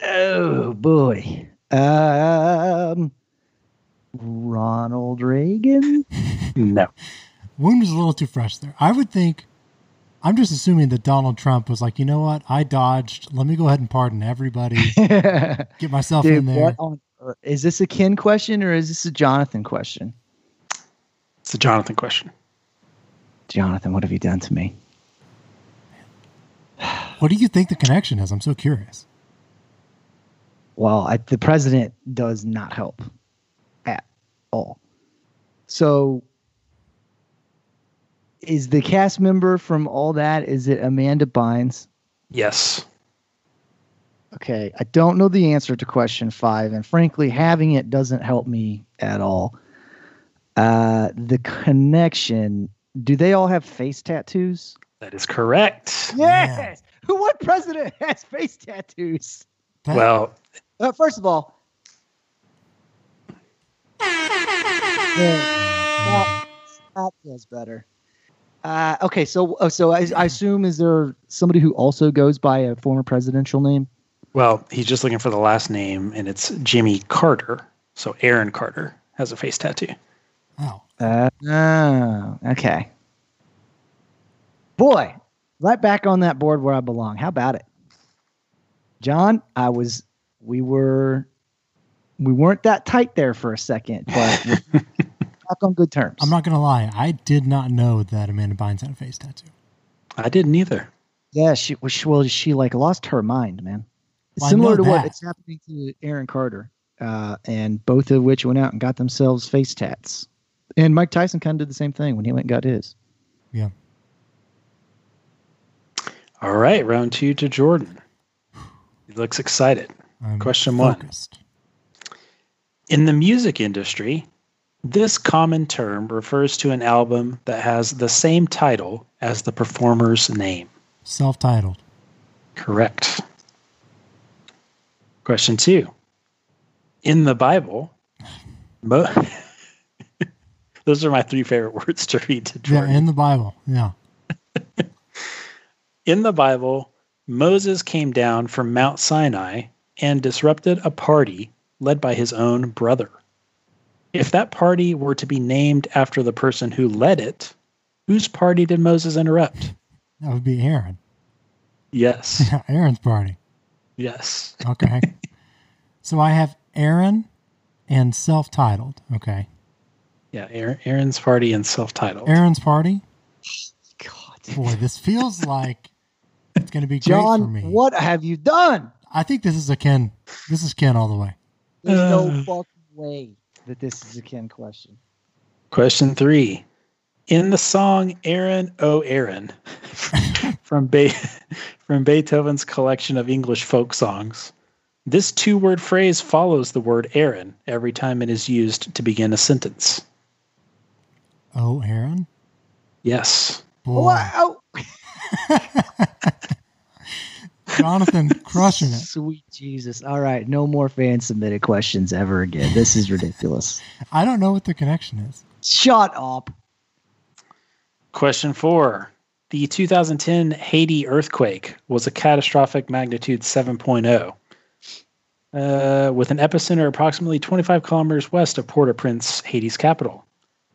Speaker 3: Oh boy. Um, Ronald Reagan?
Speaker 4: No.
Speaker 2: Wound was a little too fresh there. I would think. I'm just assuming that Donald Trump was like, you know what? I dodged. Let me go ahead and pardon everybody.
Speaker 3: Dude,
Speaker 2: Get myself in there.
Speaker 3: what on earth? Is this a Ken question or is this a Jonathan question?
Speaker 4: It's a Jonathan question.
Speaker 3: Jonathan, what have you done to me?
Speaker 2: What do you think the connection is? I'm so curious.
Speaker 3: Well, I, the president does not help at all. So, is the cast member from all that? Is it Amanda Bynes?
Speaker 4: Yes.
Speaker 3: Okay, I don't know the answer to question five, and frankly, having it doesn't help me at all. Uh, the connection. Do they all have face tattoos?
Speaker 4: That is correct.
Speaker 2: Yes!
Speaker 3: Who? What president has face tattoos?
Speaker 2: That-
Speaker 4: Well,
Speaker 3: Uh, first of all, that, that feels better. Uh, okay, so oh, so I, I assume is there somebody who also goes by a former presidential name?
Speaker 4: well, he's just looking for the last name, and it's Jimmy Carter. So Aaron Carter has a face tattoo.
Speaker 2: oh,
Speaker 3: Uh, oh, okay. Boy, right back on that board where I belong. How about it, John? I was, we were, we weren't that tight there for a second, but we're back on good terms.
Speaker 2: I'm not gonna lie. I did not know that Amanda Bynes had a face tattoo.
Speaker 4: I didn't either.
Speaker 3: Yeah, she was. She, well, she like lost her mind, man.
Speaker 2: Well, I know
Speaker 3: Similar to
Speaker 2: that.
Speaker 3: what it's happening to Aaron Carter, uh, and both of which went out and got themselves face tats. And Mike Tyson kind of did the same thing when he went and got his.
Speaker 2: Yeah.
Speaker 4: All right, round two to Jordan. He looks excited.
Speaker 2: I'm
Speaker 4: Question one.
Speaker 2: focused.
Speaker 4: In the music industry, this common term refers to an album that has the same title as the performer's name.
Speaker 2: Self-titled.
Speaker 4: Correct. Question two. In the Bible, mo- those are my three favorite words to read to
Speaker 2: Yeah,
Speaker 4: Jordan.
Speaker 2: in the Bible. Yeah.
Speaker 4: in the Bible, Moses came down from Mount Sinai and disrupted a party led by his own brother. If that party were to be named after the person who led it, whose party did Moses interrupt?
Speaker 2: That would be Aaron.
Speaker 4: Yes.
Speaker 2: Yeah, Aaron's party.
Speaker 4: yes.
Speaker 2: Okay. so I have Aaron and self-titled. Okay.
Speaker 4: Yeah, Aaron, Aaron's party and self-titled.
Speaker 2: Aaron's party.
Speaker 3: God,
Speaker 2: Boy, this feels like it's gonna be great for me.
Speaker 3: John, what have you done?
Speaker 2: I think this is a Ken. This is Ken all the way.
Speaker 3: There's
Speaker 4: Uh.
Speaker 3: no fucking way that this is a Ken question.
Speaker 4: Question three. In the song Aaron O Aaron from Be- from Beethoven's collection of English folk songs, this two-word phrase follows the word Aaron every time it is used to begin a sentence.
Speaker 2: Oh, Aaron.
Speaker 4: Yes.
Speaker 2: Boy.
Speaker 3: Wow,
Speaker 2: Jonathan crushing it.
Speaker 3: sweet Jesus! All right, no more fan submitted questions ever again. This is ridiculous.
Speaker 2: I don't know what the connection is.
Speaker 3: Shut up.
Speaker 4: Question four. The 2010 Haiti earthquake was a catastrophic magnitude 7.0, uh, with an epicenter approximately 25 kilometers west of Port au Prince, Haiti's capital.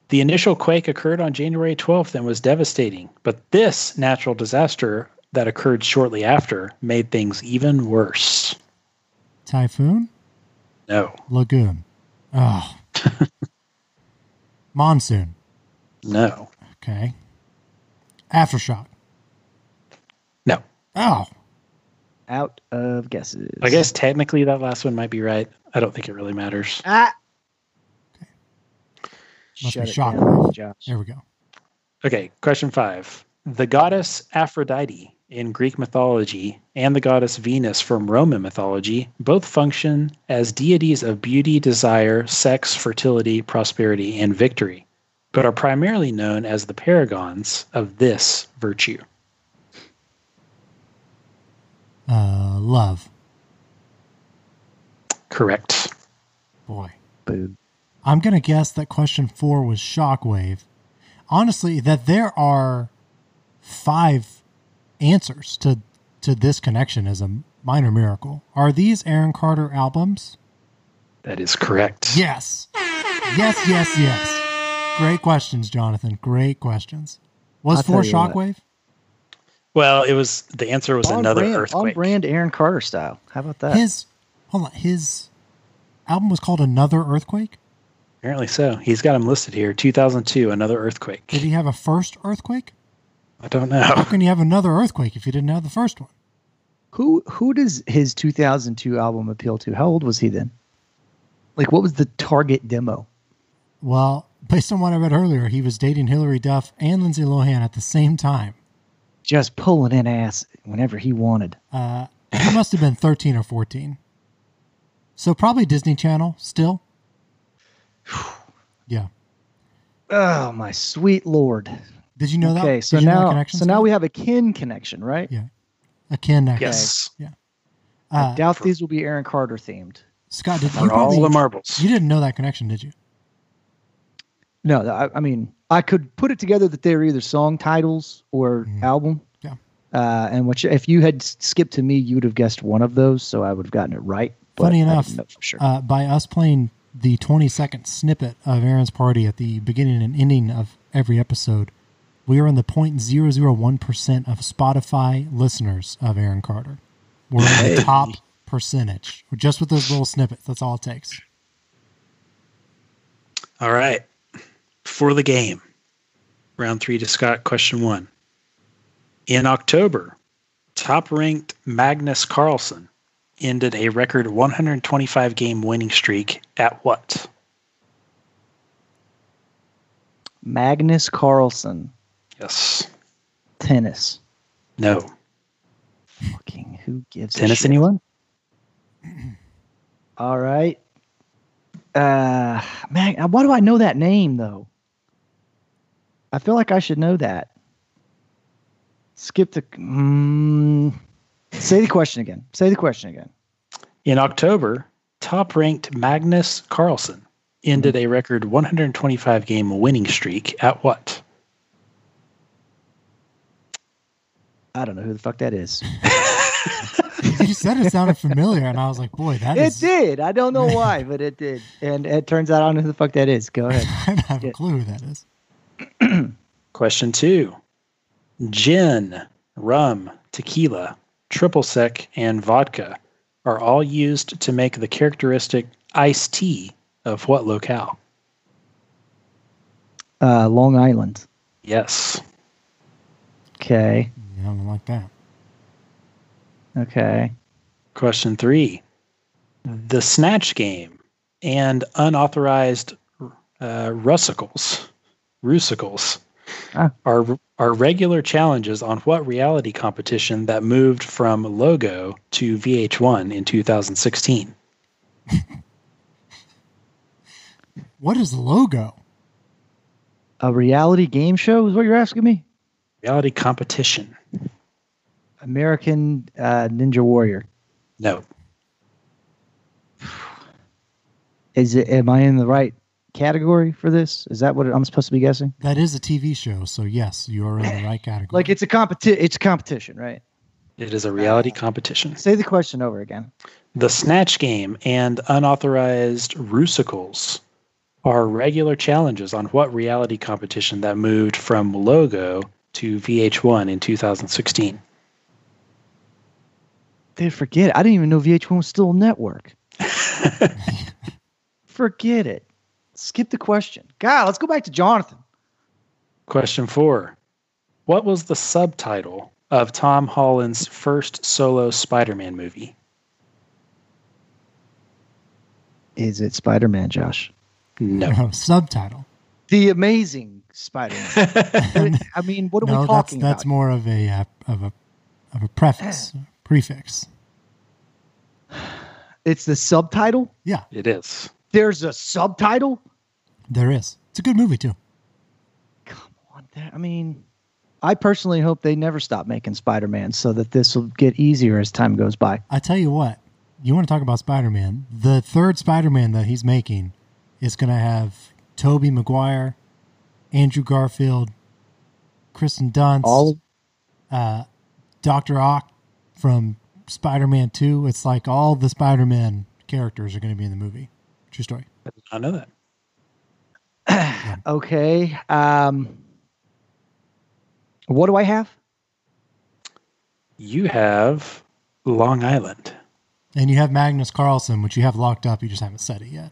Speaker 4: The initial quake occurred on January 12th and was devastating, but this natural disaster that occurred shortly after made things even worse.
Speaker 2: Typhoon?
Speaker 4: No,
Speaker 2: Lagoon. Oh. Monsoon.
Speaker 4: no,
Speaker 2: Okay. Aftershock.
Speaker 4: no.
Speaker 2: Oh.
Speaker 3: Out of guesses.
Speaker 4: I guess technically that last one might be right. I don't think it really matters.
Speaker 3: Ah.
Speaker 2: Must
Speaker 3: Shut
Speaker 2: be
Speaker 3: it
Speaker 2: shockwave.
Speaker 3: down, Josh.
Speaker 2: There we go.
Speaker 4: Okay, question five. The goddess Aphrodite in Greek mythology and the goddess Venus from Roman mythology both function as deities of beauty, desire, sex, fertility, prosperity, and victory, but are primarily known as the paragons of this virtue.
Speaker 2: Uh, love.
Speaker 4: Correct.
Speaker 2: Boy.
Speaker 3: Boo.
Speaker 2: I'm going to guess that question four was shockwave. Honestly, that there are five answers to, to this connection is a minor miracle. Are these Aaron Carter albums?
Speaker 4: That is correct.
Speaker 2: Yes. Yes, yes, yes. Great questions, Jonathan. Great questions. Was
Speaker 3: I'll
Speaker 2: for
Speaker 3: tell you what.
Speaker 2: Shockwave?
Speaker 4: Well, it was the answer was
Speaker 3: on
Speaker 4: another
Speaker 3: brand, on
Speaker 4: earthquake.
Speaker 3: brand Aaron Carter style. How about that?
Speaker 2: His hold on. His album was called Another Earthquake.
Speaker 4: Apparently so. He's got him listed here. 2002, another
Speaker 2: Did
Speaker 4: earthquake.
Speaker 2: he have a first earthquake?
Speaker 4: I don't know.
Speaker 2: How can you have another earthquake if you didn't have the first one?
Speaker 3: Who who does his 2002 album appeal to? How old was he then? Like, what was the target demo?
Speaker 2: Well, based on what I read earlier, he was dating Hillary Duff and Lindsay Lohan at the same time.
Speaker 3: Just pulling in ass whenever he wanted.
Speaker 2: Uh, he must have been 13 or 14. So probably Disney Channel still. Yeah.
Speaker 3: Oh my sweet lord!
Speaker 2: Did you know that?
Speaker 3: Okay, so
Speaker 2: Did you know that
Speaker 3: now
Speaker 2: connection,
Speaker 3: so now
Speaker 2: Scott?
Speaker 3: we have a kin connection, right?
Speaker 2: Yeah. a kin next.
Speaker 4: Yes.
Speaker 2: Uh,
Speaker 3: I doubt these will be Aaron Carter themed.
Speaker 2: Scott, did
Speaker 4: For
Speaker 2: you
Speaker 4: all
Speaker 2: probably,
Speaker 4: the marbles.
Speaker 2: you didn't know that connection, did you?
Speaker 3: No, I, I mean, I could put it together that they were either song titles or
Speaker 2: Mhm.
Speaker 3: album.
Speaker 2: Yeah.
Speaker 3: Uh, and which, if you had s- skipped to me, you would have guessed one of those, so I would have gotten it right. But
Speaker 2: Funny
Speaker 3: I didn't
Speaker 2: enough,
Speaker 3: know for sure.
Speaker 2: uh, by us playing the 20 second snippet of Aaron's party at the beginning and ending of every episode, we are in the 0.001% of Spotify listeners of Aaron Carter. We're in the top percentage just with those little snippets. That's all it takes.
Speaker 4: All right. For the game, round three to Scott, question one. In October, top ranked Magnus Carlsen ended a record 125 game winning streak at what?
Speaker 3: Magnus Carlsen,
Speaker 4: Yes.
Speaker 3: tennis.
Speaker 4: No.
Speaker 3: Fucking who gives a
Speaker 4: Tennis,
Speaker 3: shit?
Speaker 4: anyone?
Speaker 3: All right. Uh, Mag- why do I know that name though? I feel like I should know that. Skip the. Mm, say the question again. Say the question again.
Speaker 4: In October, top ranked Magnus Carlsen ended a record 125 game winning streak at what?
Speaker 3: I don't know who the fuck that is.
Speaker 2: You said it sounded familiar, and I was like, boy, that
Speaker 3: it
Speaker 2: is.
Speaker 3: did. I don't know why, but it did. And it turns out I don't know who the fuck that is. Go ahead.
Speaker 2: I don't have a clue who that is.
Speaker 4: Question two Gin, rum, tequila, triple sec, and vodka are all used to make the characteristic iced tea of what locale?
Speaker 3: Uh, Long Island.
Speaker 4: Yes.
Speaker 3: Okay.
Speaker 2: Yeah, I don't like that.
Speaker 3: Okay.
Speaker 4: Question three The snatch game and unauthorized uh, russicles, rusicles.
Speaker 3: Ah.
Speaker 4: Are, are regular challenges on what reality competition that moved from Logo to VH1 in 2016?
Speaker 2: What is logo?
Speaker 3: A reality game show is what you're asking me?
Speaker 4: Reality competition.
Speaker 3: American uh, Ninja Warrior.
Speaker 4: No.
Speaker 3: Is it? Am I in the right category for this? Is that what I'm supposed to be guessing?
Speaker 2: That is a TV show, so yes, you are in the right category.
Speaker 3: Like it's a competition. It's a competition, right?
Speaker 4: It is a reality competition.
Speaker 3: Say the question over again.
Speaker 4: The Snatch Game and Unauthorized Rusicles are regular challenges on what reality competition that moved from Logo to VH1 in 2016.
Speaker 3: Dude, forget it. I didn't even know VH1 was still a network. forget it. Skip the question. God, let's go back to Jonathan.
Speaker 4: Question four What was the subtitle of Tom Holland's first solo Spider Man movie?
Speaker 3: Is it Spider-Man, Josh?
Speaker 4: No.
Speaker 2: no, subtitle.
Speaker 3: The Amazing Spider-Man. I mean, what are
Speaker 2: no,
Speaker 3: we talking
Speaker 2: that's, that's
Speaker 3: about? Eh.
Speaker 2: more of a uh, of a of a preface, a prefix.
Speaker 3: it's the subtitle.
Speaker 2: Yeah,
Speaker 4: it is.
Speaker 3: There's a subtitle.
Speaker 2: there is. It's a good movie too.
Speaker 3: Come on, there. I mean, I personally hope they never stop making Spider-Man so that this will get easier as time goes by.
Speaker 2: I tell you what, you want to talk about Spider-Man? The third Spider-Man that he's making is going to have Tobey Maguire, Andrew Garfield, Kristen Dunst, uh,
Speaker 3: All
Speaker 2: Doctor Ock from Spider-Man Two. It's like all the Spider-Man characters are going to be in the movie. True story.
Speaker 4: I did not know that.
Speaker 3: okay. Um, what do I have?
Speaker 4: You have Long Island.
Speaker 2: And you have Magnus Carlsen, which you have locked up. You just haven't said it yet.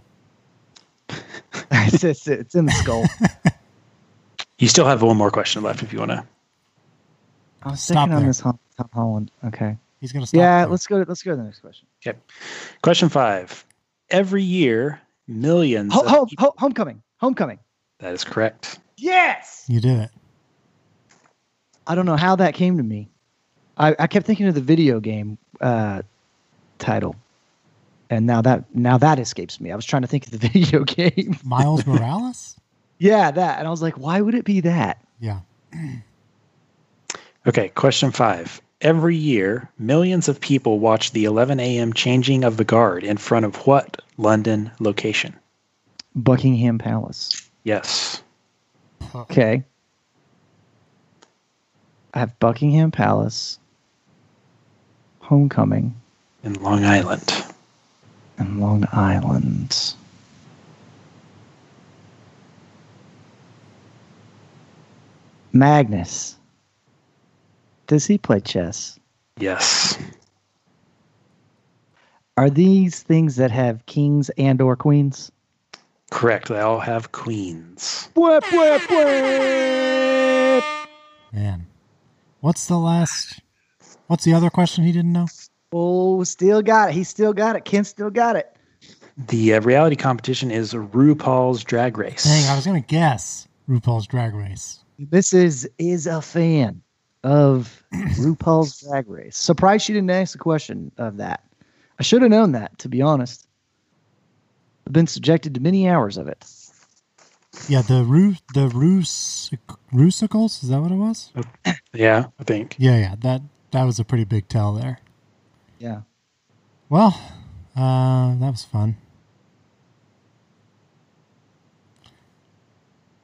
Speaker 3: it's, it's, it's in the skull.
Speaker 4: You still have one more question left if you want to.
Speaker 3: I was
Speaker 2: Stop
Speaker 3: thinking on
Speaker 2: there.
Speaker 3: this Tom Tom Holland. Okay.
Speaker 2: He's going to stop.
Speaker 3: Yeah,
Speaker 2: there.
Speaker 3: let's go. let's go to the next question.
Speaker 4: Question five. Every year, millions.
Speaker 3: Ho-
Speaker 4: of
Speaker 3: home,
Speaker 4: peop-
Speaker 3: ho- homecoming. Homecoming.
Speaker 4: that is correct.
Speaker 3: Yes.
Speaker 2: You did it.
Speaker 3: I don't know how that came to me. I, I kept thinking of the video game uh, title, and now that now that escapes me. I was trying to think of the video game.
Speaker 2: Miles Morales?
Speaker 3: yeah, that. And I was like, why would it be that?
Speaker 2: Yeah.
Speaker 4: Okay, question five. Every year, millions of people watch the 11 a.m. changing of the guard in front of what London location?
Speaker 3: Buckingham Palace.
Speaker 4: Yes.
Speaker 3: Okay. I have Buckingham Palace, Homecoming,
Speaker 4: In Long Island.
Speaker 3: and Long Island. Magnus. Does he play chess?
Speaker 4: Yes.
Speaker 3: Are these things that have kings and or queens?
Speaker 4: Correct. They all have queens.
Speaker 3: Whip, whip, whip.
Speaker 2: Man. What's the last. What's the other question he didn't know?
Speaker 3: Oh, still got it. He still got it. Ken still got it.
Speaker 4: The uh, reality competition is RuPaul's Drag Race.
Speaker 2: Dang, I was going to guess RuPaul's Drag Race.
Speaker 3: This is is a fan of RuPaul's Drag Race. Surprised she didn't ask the question of that. I should have known that, to be honest. I've been subjected to many hours of it.
Speaker 2: Yeah, the Ru the Rus Rusicles, is that what it was?
Speaker 4: Yeah, I think.
Speaker 2: Yeah, yeah. That that was a pretty big tell there.
Speaker 3: Yeah.
Speaker 2: Well, uh, that was fun.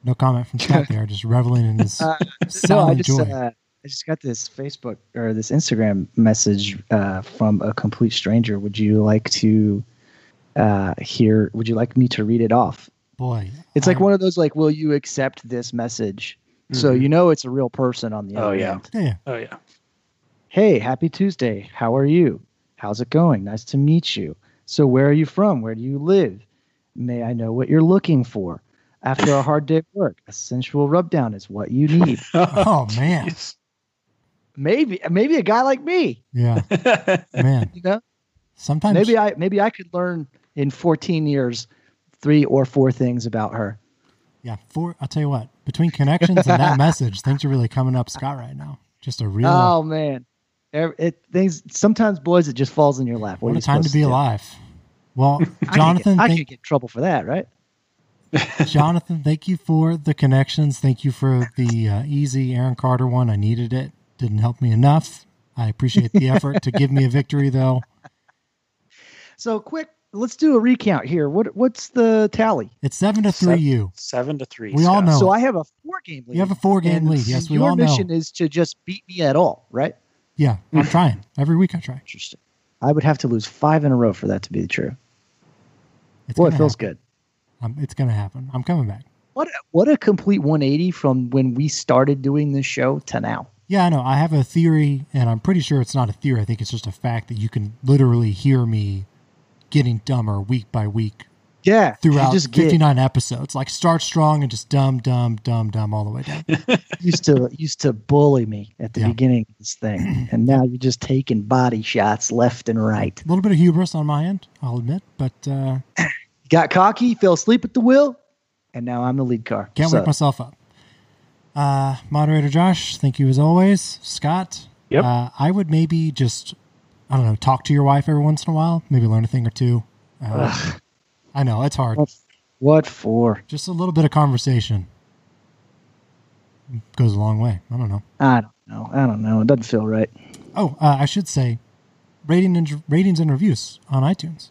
Speaker 2: No comment from Scott there, just reveling in his
Speaker 3: Uh, No, I
Speaker 2: silent
Speaker 3: just
Speaker 2: joy.
Speaker 3: uh, I just got this Facebook or this Instagram message uh, from a complete stranger. Would you like to uh, hear? Would you like me to read it off?
Speaker 2: Boy,
Speaker 3: It's like
Speaker 4: Uh-huh.
Speaker 2: I-
Speaker 3: one of those like, will you accept this message? So
Speaker 4: Mhm.
Speaker 3: you know it's a real person on the
Speaker 4: Oh,
Speaker 3: other
Speaker 4: yeah.
Speaker 3: end.
Speaker 2: Yeah, yeah.
Speaker 4: Oh, yeah.
Speaker 3: Hey, happy Tuesday. How are you? How's it going? Nice to meet you. So, where are you from? Where do you live? May I know what you're looking for? After a hard day of work, a sensual rubdown is what you need.
Speaker 2: Oh man,
Speaker 4: Jeez.
Speaker 3: maybe, maybe a guy like me,
Speaker 2: yeah, man.
Speaker 3: you know,
Speaker 2: Sometimes
Speaker 3: maybe I, maybe I could learn in 14 years three or four things about her.
Speaker 2: Yeah, four. I'll tell you what. Between connections and that message, things are really coming up, Scott. Right now, just a real
Speaker 3: Oh man, Ev- it things sometimes boys it just falls in your lap. What,
Speaker 2: what a
Speaker 3: are you
Speaker 2: time to
Speaker 3: supposed
Speaker 2: be
Speaker 3: do?
Speaker 2: alive. Well,
Speaker 3: I could
Speaker 2: Jonathan,
Speaker 3: get- I could
Speaker 2: thank
Speaker 3: get in trouble for that, right?
Speaker 2: Jonathan, thank you for the connections. Thank you for the uh, easy Aaron Carter one. I needed it. Didn't help me enough. I appreciate the effort to give me a victory, though.
Speaker 3: So, quick, let's do a recount here. What what's the tally?
Speaker 2: It's seven to three.
Speaker 4: Seven.
Speaker 2: You.
Speaker 4: Seven to three.
Speaker 2: We all
Speaker 4: Scott.
Speaker 2: know.
Speaker 3: So
Speaker 2: it.
Speaker 3: I have a four game lead.
Speaker 2: You have a four game
Speaker 3: and
Speaker 2: lead. Yes, we
Speaker 3: your
Speaker 2: all know.
Speaker 3: mission is to just beat me at all, right?
Speaker 2: Yeah, I'm trying. Every week I try.
Speaker 3: Interesting. I would have to lose five in a row for that to be true.
Speaker 2: It's
Speaker 3: Boy, it
Speaker 2: gonna
Speaker 3: feels
Speaker 2: happen.
Speaker 3: good.
Speaker 2: Um, it's gonna happen. I'm coming back.
Speaker 3: What a, what a complete 180 from when we started doing this show to now.
Speaker 2: Yeah, I know. I have a theory, and I'm pretty sure it's not a theory. I think it's just a fact that you can literally hear me getting dumber week by week
Speaker 3: Yeah, you
Speaker 2: throughout
Speaker 3: just get
Speaker 2: 59 episodes. Like start strong and just dumb, dumb, dumb, dumb all the way down.
Speaker 3: used to used to bully me at the
Speaker 2: Yeah.
Speaker 3: beginning of this thing, and now you're just taking body shots left and right.
Speaker 2: a little bit of hubris on my end, I'll admit, but uh,
Speaker 3: You got cocky, fell asleep at the wheel, and now I'm the lead car.
Speaker 2: can't
Speaker 3: So,
Speaker 2: wake myself up. Uh, Moderator Josh, thank you as always. Scott,
Speaker 4: Yep.
Speaker 2: uh, I would maybe just, I don't know, talk to your wife every once in a while, maybe learn a thing or two. Uh,
Speaker 3: ugh,
Speaker 2: I know, it's hard.
Speaker 3: what for?
Speaker 2: Just a little bit of conversation goes a long way. I don't know.
Speaker 3: I don't know. I don't know. It doesn't feel right.
Speaker 2: Oh, uh, I should say, rating and, ratings and reviews on iTunes.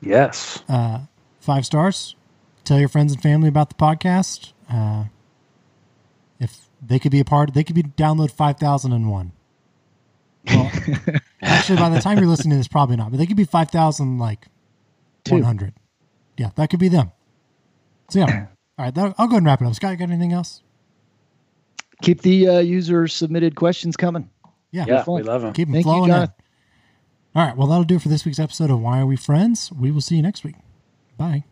Speaker 4: Yes.
Speaker 2: Uh, five stars. Tell your friends and family about the podcast. Uh, if they could be a part, they could be download five thousand and one. Well, actually, by the time you're listening to this, probably not. But they could be five thousand like
Speaker 3: Two.
Speaker 2: one hundred. Yeah, that could be them. So yeah. All right, that, I'll go ahead and wrap it up. Scott, you got anything else?
Speaker 3: Keep the uh, user submitted questions coming.
Speaker 2: Yeah.
Speaker 4: Yeah,
Speaker 3: fun.
Speaker 4: we love them.
Speaker 2: Keep them
Speaker 3: Thank you,
Speaker 2: flowing. in.
Speaker 3: Jonathan.
Speaker 2: All right, well, that'll do it for this week's episode of Why Are We Friends? We will see you next week. Bye. Uh, Uh,